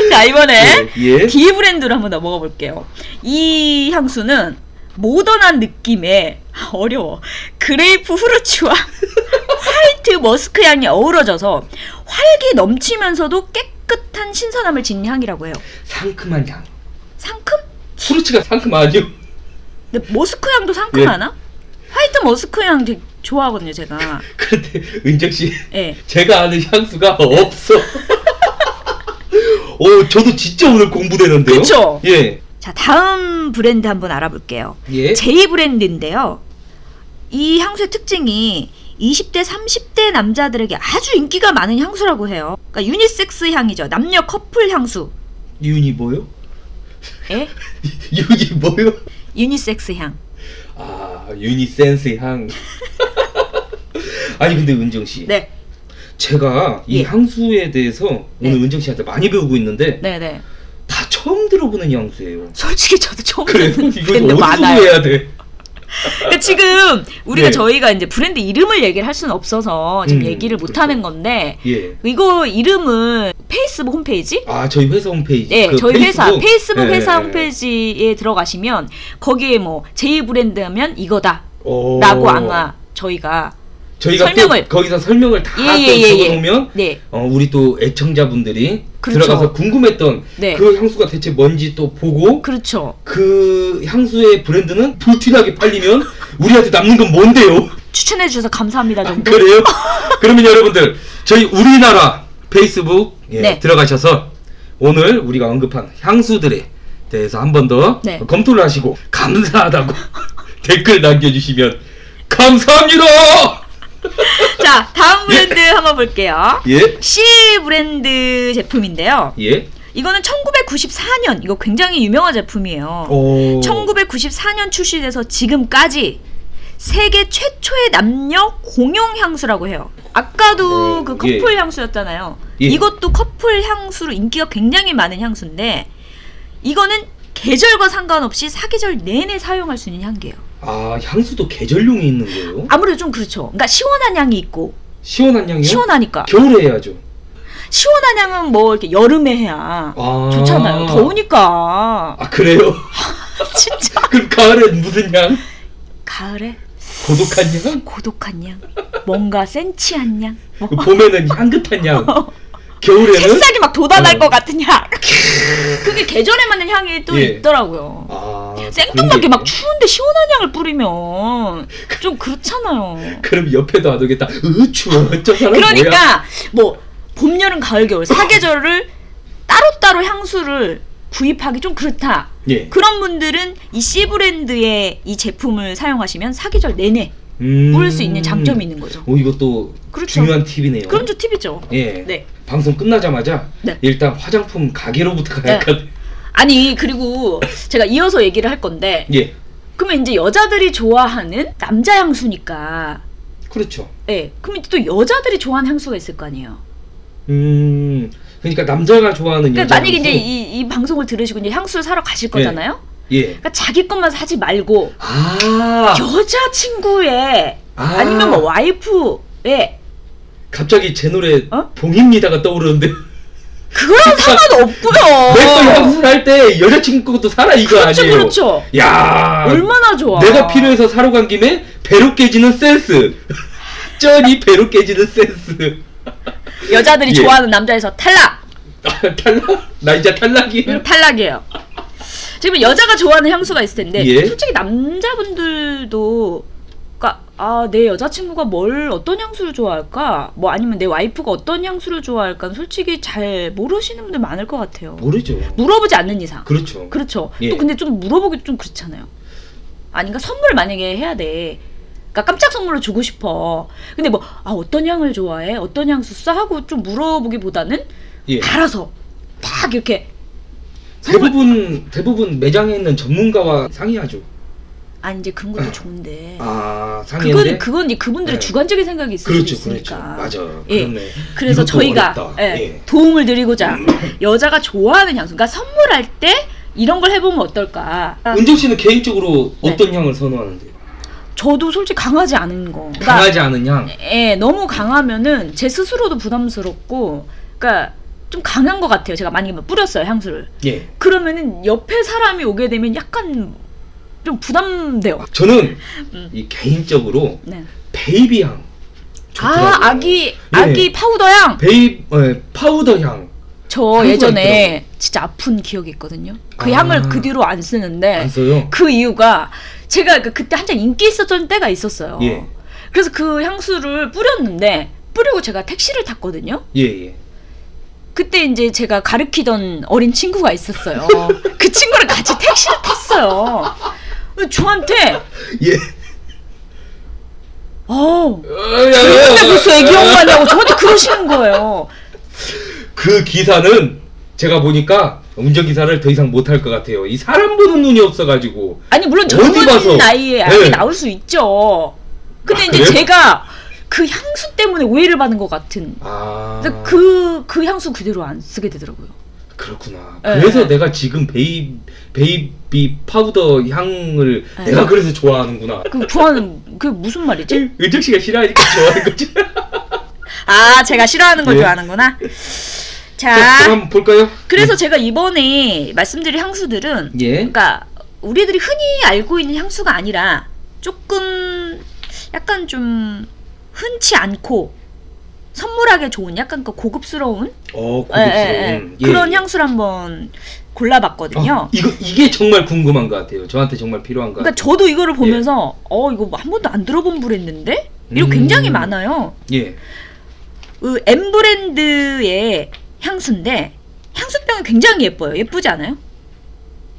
Speaker 2: 자 이번에
Speaker 1: 예. 예.
Speaker 2: D 브랜드로 한번 넘어가 볼게요. 이 향수는 모던한 느낌의 아, 어려워 그레이프 후르츠와 *laughs* 화이트 머스크 향이 어우러져서 활기 넘치면서도 깨끗한 신선함을 지닌 향이라고 해요.
Speaker 1: 상큼한 향.
Speaker 2: 상큼?
Speaker 1: 후르츠가 상큼하죠.
Speaker 2: 근데 머스크 향도 상큼하나? 화이트 머스크 향 되게 좋아하거든요 제가.
Speaker 1: *laughs* 그런데 은정 씨
Speaker 2: 예.
Speaker 1: 제가 아는 향수가 없어. *laughs* 오, 저도 진짜 오늘 공부되는데요.
Speaker 2: 그쵸?
Speaker 1: 예.
Speaker 2: 자 다음 브랜드 한번 알아볼게요.
Speaker 1: 예.
Speaker 2: J 브랜드인데요. 이 향수의 특징이 20대, 30대 남자들에게 아주 인기가 많은 향수라고 해요. 그러니까 유니섹스 향이죠. 남녀 커플 향수.
Speaker 1: 윤이 뭐요?
Speaker 2: 예?
Speaker 1: *laughs* 윤이 뭐요?
Speaker 2: 유니섹스 향.
Speaker 1: 아, 윤이 센스 향. *laughs* 아니 근데 은정 씨,
Speaker 2: 네.
Speaker 1: 제가 이
Speaker 2: 예.
Speaker 1: 향수에 대해서
Speaker 2: 네.
Speaker 1: 오늘 은정 씨한테 많이 배우고 있는데
Speaker 2: 네, 네.
Speaker 1: 다 처음 들어보는 향수예요.
Speaker 2: 솔직히 저도 처음
Speaker 1: 그래요?
Speaker 2: 듣는
Speaker 1: 이거
Speaker 2: 브랜드
Speaker 1: 어디서
Speaker 2: 많아요.
Speaker 1: 해야 돼?
Speaker 2: 그러니까 지금 우리가
Speaker 1: 네.
Speaker 2: 저희가 이제 브랜드 이름을 얘기를 할 수는 없어서 지금
Speaker 1: 음,
Speaker 2: 얘기를 못
Speaker 1: 그렇죠.
Speaker 2: 하는 건데
Speaker 1: 예.
Speaker 2: 이거 이름은 페이스북 홈페이지
Speaker 1: 아 저희 회사 홈페이지.
Speaker 2: 네,
Speaker 1: 그
Speaker 2: 저희 회사 페이스북
Speaker 1: 예,
Speaker 2: 회사
Speaker 1: 예, 예.
Speaker 2: 홈페이지에 들어가시면 거기에 뭐 제이 브랜드 하면 이거다라고
Speaker 1: 오.
Speaker 2: 아마 저희가
Speaker 1: 어, 저희가
Speaker 2: 설명을.
Speaker 1: 또 거기서 설명을 다
Speaker 2: 예,
Speaker 1: 또
Speaker 2: 예, 예,
Speaker 1: 적어놓으면
Speaker 2: 네,
Speaker 1: 어, 우리 또 애청자분들이
Speaker 2: 그렇죠.
Speaker 1: 들어가서 궁금했던
Speaker 2: 네, 그...
Speaker 1: 그 향수가 대체 뭔지 또 보고 그,
Speaker 2: 렇죠
Speaker 1: 향수의 브랜드는 불티나게 팔리면 우리한테 남는 건 뭔데요?
Speaker 2: 추천해 주셔서 감사합니다 정도.
Speaker 1: 아,
Speaker 2: *laughs*
Speaker 1: 그래요? 그러면 여러분들 저희 우리나라 페이스북 예,
Speaker 2: 네.
Speaker 1: 들어가셔서 오늘 우리가 언급한 향수들에 대해서 한 번 더
Speaker 2: 네.
Speaker 1: 검토를 하시고 *laughs* 감사하다고 댓글 남겨주시면 감사합니다.
Speaker 2: 자, 다음 브랜드 한번 볼게요.
Speaker 1: 예?
Speaker 2: C 브랜드 제품인데요.
Speaker 1: 예?
Speaker 2: 이거는 1994년, 이거 굉장히 유명한 제품이에요.
Speaker 1: 오.
Speaker 2: 1994년 출시돼서 지금까지 세계 최초의 남녀 공용 향수라고 해요. 아까도
Speaker 1: 어,
Speaker 2: 그
Speaker 1: 예.
Speaker 2: 커플 향수였잖아요.
Speaker 1: 예.
Speaker 2: 이것도 커플 향수로 인기가 굉장히 많은 향수인데 이거는 계절과 상관없이 사계절 내내 사용할 수 있는 향기예요.
Speaker 1: 아 향수도 계절용이 있는 거예요?
Speaker 2: 아무래도 좀 그렇죠. 그러니까 시원한 향이 있고
Speaker 1: 시원한 향이요?
Speaker 2: 시원하니까
Speaker 1: 겨울에 해야죠.
Speaker 2: 시원한 향은 뭐 이렇게 여름에 해야
Speaker 1: 아.
Speaker 2: 좋잖아요. 더우니까 *laughs*
Speaker 1: 아 그래요? *laughs*
Speaker 2: 진짜
Speaker 1: 그럼 가을엔 무슨 향?
Speaker 2: 가을에
Speaker 1: 고독한 향?
Speaker 2: 고독한 향, 뭔가 센치한 향, 뭐
Speaker 1: 그 봄에는 향긋한 향. 겨울에는
Speaker 2: 새싹이 막 돋아날
Speaker 1: 어.
Speaker 2: 것 같은 향. 그게 계절에 맞는 향이 또
Speaker 1: 예.
Speaker 2: 있더라고요.
Speaker 1: 아 그런 게
Speaker 2: 생뚱맞게 막
Speaker 1: 있네.
Speaker 2: 추운데 시원한 향을 뿌리면 좀 그렇잖아요.
Speaker 1: 그럼 옆에도 안 오겠다. 으 추워. 어, 저 사람 뭐야?
Speaker 2: 그러니까 뭐 봄, 여름, 가을, 겨울 사계절을 따로따로 향수를 구입하기 좀 그렇다.
Speaker 1: 예.
Speaker 2: 그런 분들은 이 C 브랜드의 이 제품을 사용하시면 사계절 내내
Speaker 1: 음.
Speaker 2: 뿌릴 수 있는 장점이 있는 거죠.
Speaker 1: 오 이것도
Speaker 2: 그렇죠.
Speaker 1: 중요한 팁이네요.
Speaker 2: 그럼 저 팁이죠.
Speaker 1: 예.
Speaker 2: 네.
Speaker 1: 방송 끝나자마자
Speaker 2: 네.
Speaker 1: 일단 화장품 가게로부터 가야
Speaker 2: 네.
Speaker 1: 할까?
Speaker 2: 아니 그리고 제가 이어서 얘기를 할 건데
Speaker 1: 예.
Speaker 2: 그러면 이제 여자들이 좋아하는 남자 향수니까
Speaker 1: 그렇죠.
Speaker 2: 예 그러면 또 여자들이 좋아하는 향수가 있을 거 아니에요
Speaker 1: 음. 그러니까 남자가 좋아하는
Speaker 2: 그러니까
Speaker 1: 여자
Speaker 2: 만약에 이제
Speaker 1: 향수.
Speaker 2: 이, 이 방송을 들으시고 이제 향수를 사러 가실 거잖아요
Speaker 1: 예.
Speaker 2: 그러니까 자기 것만 사지 말고
Speaker 1: 아.
Speaker 2: 여자친구의
Speaker 1: 아.
Speaker 2: 아. 니면뭐 와이프의 예.
Speaker 1: 갑자기 제 노래
Speaker 2: 어?
Speaker 1: 봉입니다가 떠오르는데
Speaker 2: 그거랑
Speaker 1: 그러니까 내거
Speaker 2: 상관없고요
Speaker 1: 향수를 할 때 여자친구 것도 사라 이거
Speaker 2: 어. 그렇죠
Speaker 1: 아니에요?
Speaker 2: 그렇죠
Speaker 1: 야
Speaker 2: 얼마나 좋아
Speaker 1: 내가 필요해서 사러 간 김에 배로 깨지는 센스 쩐이 배로 깨지는 센스
Speaker 2: 여자들이
Speaker 1: 예.
Speaker 2: 좋아하는 남자에서 탈락
Speaker 1: 아, 탈락? 나 이제 탈락이에요
Speaker 2: 음, 탈락이에요. 지금 여자가 좋아하는 향수가 있을 텐데
Speaker 1: 예.
Speaker 2: 솔직히 남자분들도 그러니까 아, 내 여자친구가 뭘 어떤 향수를 좋아할까? 뭐 아니면 내 와이프가 어떤 향수를 좋아할까? 솔직히 잘 모르시는 분들 많을 것 같아요.
Speaker 1: 모르죠
Speaker 2: 물어보지 않는 이상.
Speaker 1: 그렇죠
Speaker 2: 뭐? 그렇죠.
Speaker 1: 예.
Speaker 2: 또 근데 좀 물어보기 좀 그렇잖아요. 아닌가 선물 만약에 해야 돼. 그러니까 깜짝 선물로 주고 싶어. 근데 뭐 아, 어떤 향을 좋아해? 어떤 향수 써? 하고 좀 물어보기보다는
Speaker 1: 예.
Speaker 2: 알아서 딱 이렇게
Speaker 1: 대부분 대부분 매장에 있는 전문가와 상의하죠
Speaker 2: 아 이제 그런 것도 좋은데
Speaker 1: 아 상의인데
Speaker 2: 그건 그건 이제 그분들의
Speaker 1: 네.
Speaker 2: 주관적인 생각이 있을
Speaker 1: 그렇죠
Speaker 2: 수도
Speaker 1: 그렇죠
Speaker 2: 있으니까
Speaker 1: 맞아
Speaker 2: 예.
Speaker 1: 그렇네
Speaker 2: 그래서
Speaker 1: 이것도
Speaker 2: 저희가
Speaker 1: 어렵다.
Speaker 2: 예,
Speaker 1: 예.
Speaker 2: 도움을 드리고자 여자가 좋아하는 향수 그러니까 선물할 때 이런 걸 해보면 어떨까 아, 네.
Speaker 1: 은정 씨는 개인적으로 어떤 향을 선호하는데요?
Speaker 2: 저도 솔직히 강하지 않은 거 그러니까
Speaker 1: 강하지 않은 향
Speaker 2: 예, 너무 강하면은 제 스스로도 부담스럽고 그러니까 좀 강한 것 같아요 제가 만약에 막 뿌렸어요 향수를
Speaker 1: 예.
Speaker 2: 그러면은 옆에 사람이 오게 되면 약간 좀 부담돼요
Speaker 1: 저는
Speaker 2: 음.
Speaker 1: 이 개인적으로
Speaker 2: 네.
Speaker 1: 베이비 향 좋더라고요.
Speaker 2: 아 아기 아기
Speaker 1: 예.
Speaker 2: 파우더 향
Speaker 1: 베이 에, 파우더 향
Speaker 2: 저
Speaker 1: 향수가
Speaker 2: 예전에 진짜 아픈 기억이 있거든요. 그
Speaker 1: 아.
Speaker 2: 향을 그 뒤로 안 쓰는데
Speaker 1: 안 써요.
Speaker 2: 그 이유가 제가 그- 그때 한창 인기 있었던 때가 있었어요.
Speaker 1: 예.
Speaker 2: 그래서 그 향수를 뿌렸는데 뿌리고 제가 택시를 탔거든요.
Speaker 1: 예 예.
Speaker 2: 그때 이제 제가 가르치던 어린 친구가 있었어요. 그 친구랑 같이 택시를 탔어요. 근데 저한테
Speaker 1: 예.
Speaker 2: 어 근데
Speaker 1: 그,
Speaker 2: 벌써 애기 엄마냐고 저한테 그러시는 거예요.
Speaker 1: 그 기사는 제가 보니까 운전 기사를 더 이상 못할 것 같아요. 이 사람 보는 눈이 없어가지고
Speaker 2: 아니 물론
Speaker 1: 어디
Speaker 2: 젊은
Speaker 1: 가서?
Speaker 2: 나이에
Speaker 1: 네.
Speaker 2: 약이 나올 수 있죠. 근데
Speaker 1: 아,
Speaker 2: 이제
Speaker 1: 그래요?
Speaker 2: 제가 그 향수 때문에 오해를 받은 것 같은.
Speaker 1: 아
Speaker 2: 그래서 그, 그 향수 그대로 안 쓰게 되더라고요.
Speaker 1: 렇구나
Speaker 2: 예.
Speaker 1: 그래서 내가 지금 베이 베이비 파우더 향을
Speaker 2: 예.
Speaker 1: 내가 그래서 좋아하는구나.
Speaker 2: 그 좋아하는 그게 무슨 말이지?
Speaker 1: 은정 씨가 싫어하니까
Speaker 2: *laughs*
Speaker 1: 좋아하는 거지.
Speaker 2: 아 제가 싫어하는 걸
Speaker 1: 예.
Speaker 2: 좋아하는구나. 자
Speaker 1: 그럼 볼까요?
Speaker 2: 아. 그래서 제가 이번에 말씀드린 향수들은
Speaker 1: 예.
Speaker 2: 그러니까 우리들이 흔히 알고 있는 향수가 아니라 조금 약간 좀 흔치 않고 선물하기 좋은 약간 그 고급스러운
Speaker 1: 어 고급스러운
Speaker 2: 예, 예, 예. 어. 그런 향수를 한번 골라봤거든요.
Speaker 1: 아, 어, 이거 이게 정말 궁금한 것 같아요. 저한테 정말 필요한 것
Speaker 2: 그러니까
Speaker 1: 같아요.
Speaker 2: 저도 이거를 보면서 어 이거 뭐한 번도 안 들어본 브랜드인데 이거
Speaker 1: 음.
Speaker 2: 굉장히 많아요.
Speaker 1: 예.
Speaker 2: 그 M 브랜드의 향수인데 향수병이 굉장히 예뻐요. 예쁘지 않아요?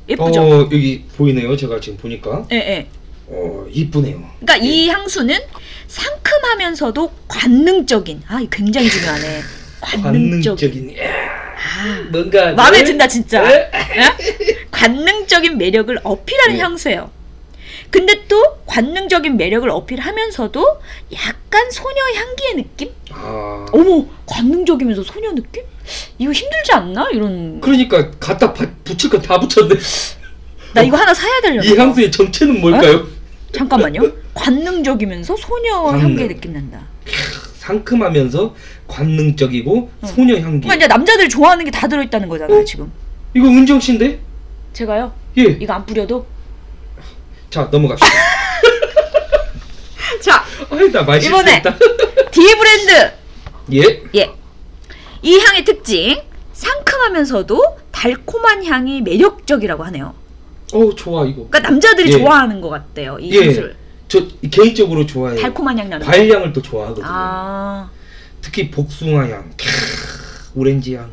Speaker 2: 예쁘죠?
Speaker 1: 어 여기 보이네요. 제가 지금 보니까
Speaker 2: 예, 예.
Speaker 1: 어, 이쁘네요.
Speaker 2: 그러니까 이 향수는 상큼하면서도 관능적인. 아, 이거 굉장히 중요하네. 관능적인.
Speaker 1: 관능적인 야,
Speaker 2: 아,
Speaker 1: 뭔가
Speaker 2: 마음에
Speaker 1: 네?
Speaker 2: 든다 진짜.
Speaker 1: 네?
Speaker 2: 예? 관능적인 매력을 어필하는
Speaker 1: 네.
Speaker 2: 향수예요. 근데 또 관능적인 매력을 어필하면서도 약간 소녀 향기의 느낌?
Speaker 1: 아,
Speaker 2: 어머, 관능적이면서 소녀 느낌? 이거 힘들지 않나? 이런.
Speaker 1: 그러니까 갖다 바- 붙일 거 다 붙였네.
Speaker 2: 나 이거 하나 사야 되려고.
Speaker 1: 이 향수의 정체는
Speaker 2: 어?
Speaker 1: 뭘까요?
Speaker 2: 잠깐만요. 관능적이면서 소녀
Speaker 1: 관능.
Speaker 2: 향기의 느낌 난다.
Speaker 1: 상큼하면서 관능적이고
Speaker 2: 응.
Speaker 1: 소녀 향기.
Speaker 2: 그러니까 이제 남자들 좋아하는 게 다 들어있다는 거잖아요,
Speaker 1: 어?
Speaker 2: 지금.
Speaker 1: 이거 은정 씨인데?
Speaker 2: 제가요?
Speaker 1: 예.
Speaker 2: 이거 안 뿌려도?
Speaker 1: 자 넘어갑시다.
Speaker 2: *laughs* 자,
Speaker 1: 아이 나 말실
Speaker 2: 이번에.
Speaker 1: 수있다
Speaker 2: D 브랜드!
Speaker 1: 예.
Speaker 2: 예. 이 향의 특징, 상큼하면서도 달콤한 향이 매력적이라고 하네요.
Speaker 1: 어 좋아 이거.
Speaker 2: 그러니까 남자들이
Speaker 1: 예.
Speaker 2: 좋아하는 것 같대요. 이
Speaker 1: 예.
Speaker 2: 향수를.
Speaker 1: 저 개인적으로 좋아해요.
Speaker 2: 달콤한 향 나는. 거.
Speaker 1: 과일 향을 또 좋아하거든요.
Speaker 2: 아,
Speaker 1: 특히 복숭아 향, 캬, 오렌지 향.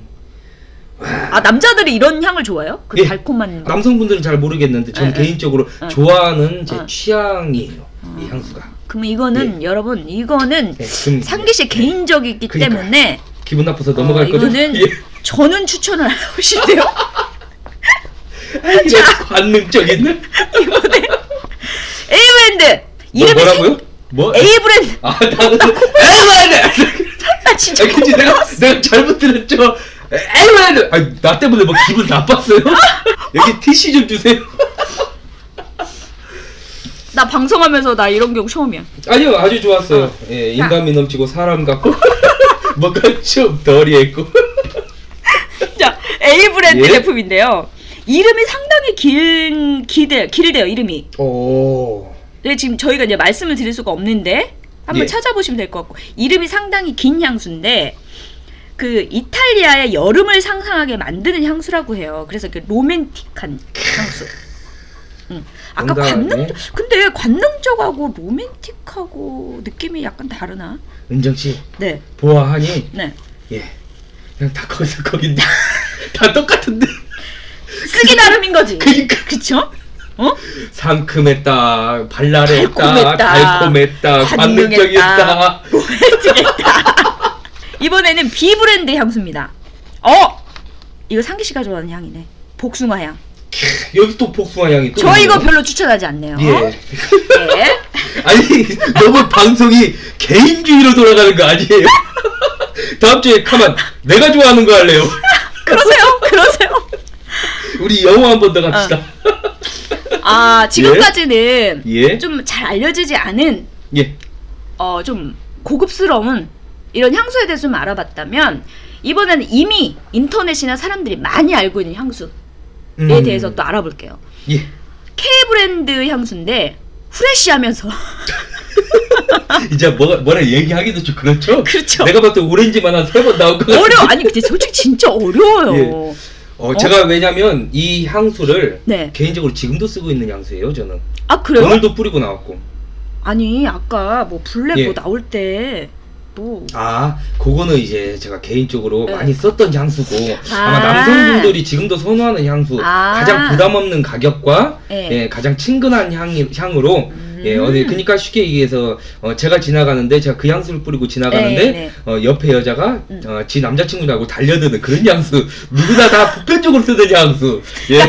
Speaker 2: 아 남자들이 이런 향을 좋아해요? 그
Speaker 1: 예.
Speaker 2: 달콤한.
Speaker 1: 남성분들은 잘 모르겠는데 저는
Speaker 2: 예, 예.
Speaker 1: 개인적으로
Speaker 2: 예.
Speaker 1: 좋아하는 제
Speaker 2: 예.
Speaker 1: 취향이에요. 이 향수가.
Speaker 2: 그러면 이거는 여러분 이거는
Speaker 1: 네, 지금
Speaker 2: 상기 씨 개인적이기
Speaker 1: 예. 그러니까요.
Speaker 2: 때문에
Speaker 1: 기분 나빠서
Speaker 2: 어,
Speaker 1: 넘어갈 거죠.
Speaker 2: 이거는
Speaker 1: *laughs* 예.
Speaker 2: 저는 추천을 *laughs* 안 하고 싶대요.
Speaker 1: 이런 관능적인.
Speaker 2: A 브랜드
Speaker 1: 뭐,
Speaker 2: 이름이
Speaker 1: 뭐라고요? 뭐?
Speaker 2: A 브랜드.
Speaker 1: 아 나는 에이맨.
Speaker 2: 나 진짜
Speaker 1: 아, 그치 내가 내가 잘못 들었죠. 에이맨. 아나 때문에 뭐 기분 *laughs* 나빴어요? 여기 티슈 좀 주세요.
Speaker 2: 나 방송하면서 나 이런 경우 처음이야.
Speaker 1: 아니요 아주 좋았어요. 예 인간미 넘치고 사람 같고 *laughs* 뭔가 좀 덜이했고.
Speaker 2: 자, A 브랜드
Speaker 1: 예?
Speaker 2: 제품인데요. 이름이 상당히 길 기대 길대요 이름이.
Speaker 1: 오.
Speaker 2: 근데 지금 저희가 이제 말씀을 드릴 수가 없는데 한번
Speaker 1: 예.
Speaker 2: 찾아보시면 될 것 같고 이름이 상당히 긴 향수인데 그 이탈리아의 여름을 상상하게 만드는 향수라고 해요. 그래서 이렇게 로맨틱한 향수. 응. 아까
Speaker 1: 뭔가,
Speaker 2: 관능
Speaker 1: 예?
Speaker 2: 근데 관능적하고 로맨틱하고 느낌이 약간 다르나?
Speaker 1: 은정 씨
Speaker 2: 네,
Speaker 1: 보아하니
Speaker 2: 네.
Speaker 1: 예 그냥 다 거기서 거긴데 다 똑같은데
Speaker 2: 쓰기 나름인 거지.
Speaker 1: 그니까.
Speaker 2: 그쵸? 어?
Speaker 1: 상큼했다 발랄했다
Speaker 2: 달콤했다,
Speaker 1: 달콤했다 관능적이었다
Speaker 2: 관능했다. *laughs* 이번에는 B 브랜드 향수입니다. 어! 이거 상기 씨가 좋아하는 향이네. 복숭아 향.
Speaker 1: 여기 또 복숭아 향이 또
Speaker 2: 저 이거
Speaker 1: 있네요.
Speaker 2: 별로 추천하지 않네요.
Speaker 1: 예
Speaker 2: 예.
Speaker 1: 아니 너무 방송이 개인주의로 돌아가는 거 아니에요 다음 주에 가만 내가 좋아하는 거 할래요
Speaker 2: 그러세요? 그러세요?
Speaker 1: 우리 영화 한 번 더 갑시다
Speaker 2: 어. 아, 지금까지는
Speaker 1: 예
Speaker 2: 좀 잘 알려지지 않은
Speaker 1: 예.
Speaker 2: 어, 좀 고급스러운 이런 향수에 대해서 좀 알아봤다면 이번에는 이미 인터넷이나 사람들이 많이 알고 있는 향수에
Speaker 1: 음.
Speaker 2: 대해서 또 알아볼게요.
Speaker 1: 예.
Speaker 2: K 브랜드 향수인데 후레쉬하면서 *laughs*
Speaker 1: 이제 뭐가 뭐라 얘기하기도 좀 그렇죠
Speaker 2: 그렇죠.
Speaker 1: 내가 봤을 때 오렌지만 한 세 번 나올 것 같아
Speaker 2: 어려 아니 근데 솔직히 진짜 어려워요.
Speaker 1: 어, 제가 왜냐면 이 향수를
Speaker 2: 네.
Speaker 1: 개인적으로 지금도 쓰고 있는 향수예요, 저는.
Speaker 2: 아 그래요?
Speaker 1: 오늘도 뿌리고 나왔고.
Speaker 2: 아니 아까 뭐 블랙
Speaker 1: 예.
Speaker 2: 뭐 나올 때뭐
Speaker 1: 아, 그거는 이제 제가 개인적으로
Speaker 2: 네.
Speaker 1: 많이 썼던 향수고
Speaker 2: 아.
Speaker 1: 아~ 마 남성분들이 지금도 선호하는 향수
Speaker 2: 아.
Speaker 1: 가장 부담 없는 가격과
Speaker 2: 예.
Speaker 1: 예, 가장 친근한 향이, 향으로
Speaker 2: 음.
Speaker 1: 예, 어디 그러니까 쉽게 얘기해서 어, 제가 지나가는데 제가 그 향수를 뿌리고 지나가는데
Speaker 2: 네, 네.
Speaker 1: 어, 옆에 여자가
Speaker 2: 음.
Speaker 1: 어, 지 남자친구라고 달려드는 그런 향수 누구나 다 보편적으로 쓰는 향수 예.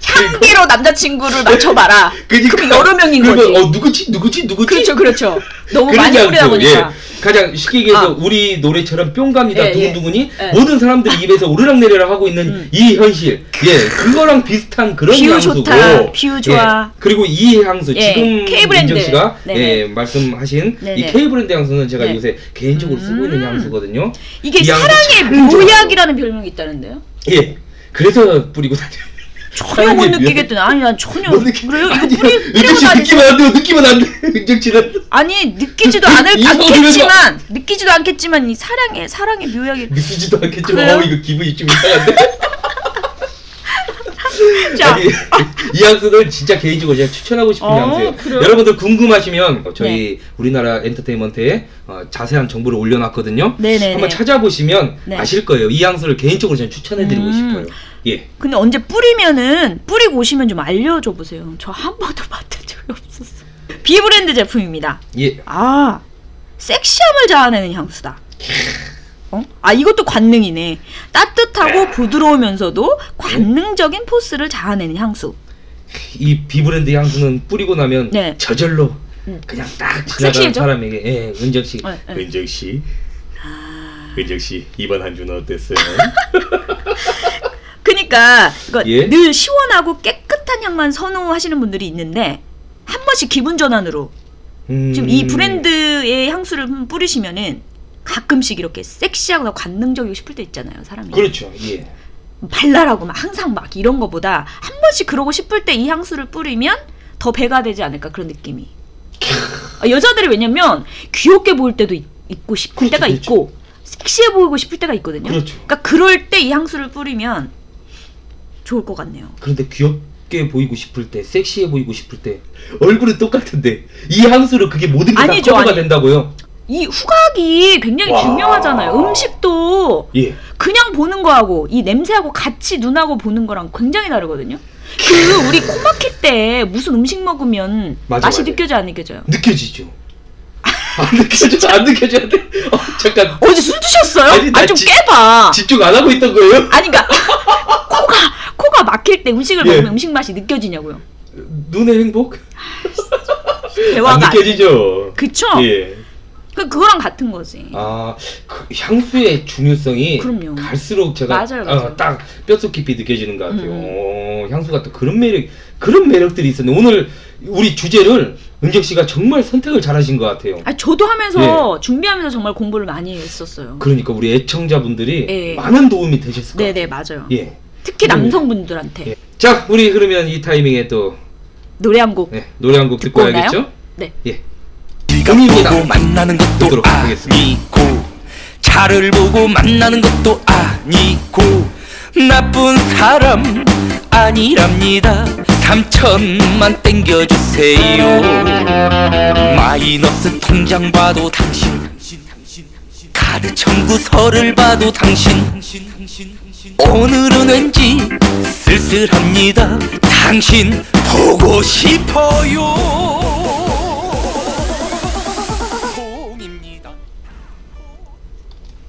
Speaker 2: 향기로 남자친구를 맞춰봐라.
Speaker 1: 그러니까
Speaker 2: *laughs* 그럼 여러 명인
Speaker 1: 그러면,
Speaker 2: 거지.
Speaker 1: 어 누구지 누구지 누구지
Speaker 2: *laughs* 그렇죠, 그렇죠. 너무
Speaker 1: 그런
Speaker 2: 많이
Speaker 1: 향수,
Speaker 2: 뿌리다 보니까.
Speaker 1: 예. 가장 쉽게 얘기해서
Speaker 2: 아.
Speaker 1: 우리 노래처럼 뿅갑니다
Speaker 2: 예, 예.
Speaker 1: 두근두근이
Speaker 2: 예.
Speaker 1: 모든 사람들이 입에서 오르락내리락 하고 있는
Speaker 2: 음.
Speaker 1: 이 현실 예 그거랑 비슷한 그런
Speaker 2: 비유
Speaker 1: 향수고
Speaker 2: 좋다, 비유 좋아.
Speaker 1: 예. 그리고 이 향수
Speaker 2: 예,
Speaker 1: 지금
Speaker 2: K 브랜드.
Speaker 1: 민정 씨가
Speaker 2: 네네.
Speaker 1: 예, 말씀하신
Speaker 2: 네네.
Speaker 1: 이 K 브랜드 향수는 제가
Speaker 2: 네.
Speaker 1: 요새 개인적으로 쓰고 있는
Speaker 2: 음.
Speaker 1: 향수거든요
Speaker 2: 이게
Speaker 1: 이 향수
Speaker 2: 사랑의
Speaker 1: 참 좋아요.
Speaker 2: 모약이라는 별명이 있다는데요?
Speaker 1: 예 그래서 뿌리고 다녀요
Speaker 2: 전혀 못
Speaker 1: 사랑의
Speaker 2: 느끼겠더니 아니 난 전혀
Speaker 1: 못뭐 느끼-
Speaker 2: 그래요 이거
Speaker 1: 아니요.
Speaker 2: 뿌리
Speaker 1: 은정
Speaker 2: 뿌리고
Speaker 1: 씨 느끼면 안돼
Speaker 2: 다니
Speaker 1: *laughs* 느끼면 안돼 *laughs* 은정 씨는
Speaker 2: 아니 느끼지도
Speaker 1: 이-
Speaker 2: 않을
Speaker 1: 이
Speaker 2: 않겠지만 느끼지도 않겠지만 이 사랑의 사랑의 묘약이
Speaker 1: 느끼지도 않겠지만
Speaker 2: 그래요?
Speaker 1: 어 이거 기분이 좀 이상한데
Speaker 2: 자
Speaker 1: 아니, 이 향수는 진짜 개인적으로 제가 추천하고 싶은
Speaker 2: 어,
Speaker 1: 향수예요.
Speaker 2: 그래요? 네.
Speaker 1: 여러분들 궁금하시면 어, 저희 우리나라 엔터테인먼트에 어, 자세한 정보를 올려놨거든요.
Speaker 2: 네네네.
Speaker 1: 한번 찾아보시면
Speaker 2: 네.
Speaker 1: 아실 거예요. 이 향수를 개인적으로 저는 추천해드리고
Speaker 2: 음.
Speaker 1: 싶어요. 예.
Speaker 2: *laughs* 근데 언제 뿌리면은 뿌리고 오시면 좀 알려줘 보세요. 저 한 번도 맡은 적이 없었어. 비브랜드 제품입니다.
Speaker 1: 예.
Speaker 2: 아, 섹시함을 자아내는 향수다. 어? 아, 이것도 관능이네.
Speaker 1: 아.
Speaker 2: 따뜻하고 부드러우면서도 관능적인 포스를 자아내는 향수.
Speaker 1: 이 비브랜드 향수는 뿌리고 나면
Speaker 2: 네.
Speaker 1: 저절로
Speaker 2: 음.
Speaker 1: 그냥 딱 지나가는
Speaker 2: 섹시해져?
Speaker 1: 사람에게 예, 은정 씨.
Speaker 2: 네, 아. 네.
Speaker 7: 은정 씨. 은정 씨 이번 한 주는 어땠어요?
Speaker 2: 그러니까 이거
Speaker 1: 예.
Speaker 2: 늘 시원하고 깨끗한 향만 선호하시는 분들이 있는데 한 번씩 기분 전환으로
Speaker 1: 음.
Speaker 2: 지금 이 브랜드의 향수를 좀 뿌리시면은 가끔씩 이렇게 섹시하고 관능적이고 싶을 때 있잖아요, 사람이.
Speaker 1: 그렇죠. 예.
Speaker 2: 발랄하고 막 항상 막 이런 거보다 한 번씩 그러고 싶을 때 이 향수를 뿌리면 더 배가 되지 않을까 그런 느낌이. 아, 여자들이 왜냐면 귀엽게 보일 때도 있, 고 싶을
Speaker 1: 그렇죠,
Speaker 2: 때가
Speaker 1: 그렇죠.
Speaker 2: 있고 섹시해 보이고 싶을 때가 있거든요.
Speaker 1: 그렇죠.
Speaker 2: 러니까 그럴 때 이 향수를 뿌리면 좋을 것 같네요.
Speaker 1: 그런데 귀엽게 보이고 싶을 때, 섹시해 보이고 싶을 때 얼굴은 똑같은데 이 향수로 그게 모든 게 다
Speaker 2: 아니죠,
Speaker 1: 커버가
Speaker 2: 아니-
Speaker 1: 된다고요?
Speaker 2: 이 후각이 굉장히
Speaker 7: 와.
Speaker 2: 중요하잖아요. 음식도
Speaker 1: 예.
Speaker 2: 그냥 보는 거하고 이 냄새하고 같이 눈하고 보는 거랑 굉장히 다르거든요. 그 우리 코 막힐 때 무슨 음식 먹으면
Speaker 1: 맞아,
Speaker 2: 맛이
Speaker 1: 맞아.
Speaker 2: 느껴져 안 느껴져요? *laughs*
Speaker 1: 느껴지죠. 안 느껴져. 안 느껴져야 돼. 어, 잠깐
Speaker 2: 어제 술 드셨어요?
Speaker 1: 아니,
Speaker 2: 아니,
Speaker 1: 나
Speaker 2: 좀
Speaker 1: 지-
Speaker 2: 깨봐.
Speaker 1: 집중 안 하고 있던 거예요?
Speaker 2: 아니 그러니까 코가 코가 막힐 때 음식을
Speaker 1: 예.
Speaker 2: 먹으면 음식 맛이 느껴지냐고요.
Speaker 1: 눈의 행복? 안
Speaker 2: 대화가 안
Speaker 1: 느껴지죠.
Speaker 2: 그쵸?
Speaker 1: 예.
Speaker 2: 그 그거랑 같은 거지.
Speaker 1: 아, 그 향수의 중요성이
Speaker 2: 그럼요.
Speaker 1: 갈수록 제가
Speaker 2: 맞아요, 맞아요.
Speaker 1: 어, 딱 뼛속 깊이 느껴지는 것 같아요.
Speaker 2: 음.
Speaker 1: 어, 향수가 또 그런 매력, 그런 매력들이 있었는데 오늘 우리 주제를 은정 씨가 정말 선택을 잘하신 것 같아요.
Speaker 2: 아 저도 하면서 준비하면서 정말 공부를 많이 했었어요.
Speaker 1: 예. 그러니까 우리 애청자분들이
Speaker 2: 예.
Speaker 1: 많은 도움이 되셨을 것
Speaker 2: 네네
Speaker 1: 같아요.
Speaker 2: 맞아요.
Speaker 1: 예.
Speaker 2: 특히
Speaker 1: 네.
Speaker 2: 남성분들한테
Speaker 1: 예. 자, 우리 그러면 이 타이밍에 또
Speaker 2: 노래 한 곡.
Speaker 1: 네, 노래 한 곡 듣고
Speaker 2: 듣고 오나요?
Speaker 1: 와야겠죠?
Speaker 2: 네.
Speaker 1: 예.
Speaker 8: 네가
Speaker 1: 음입니다.
Speaker 8: 보고 만나는 것도
Speaker 1: 듣도록 하겠습니다.
Speaker 8: 아니고 차를 보고 만나는 것도 아니고 나쁜 사람 아니랍니다 삼천만 땡겨주세요 마이너스 통장 봐도 당신 카드 청구서를 봐도 당신 오늘은 왠지 쓸쓸합니다 당신 보고 싶어요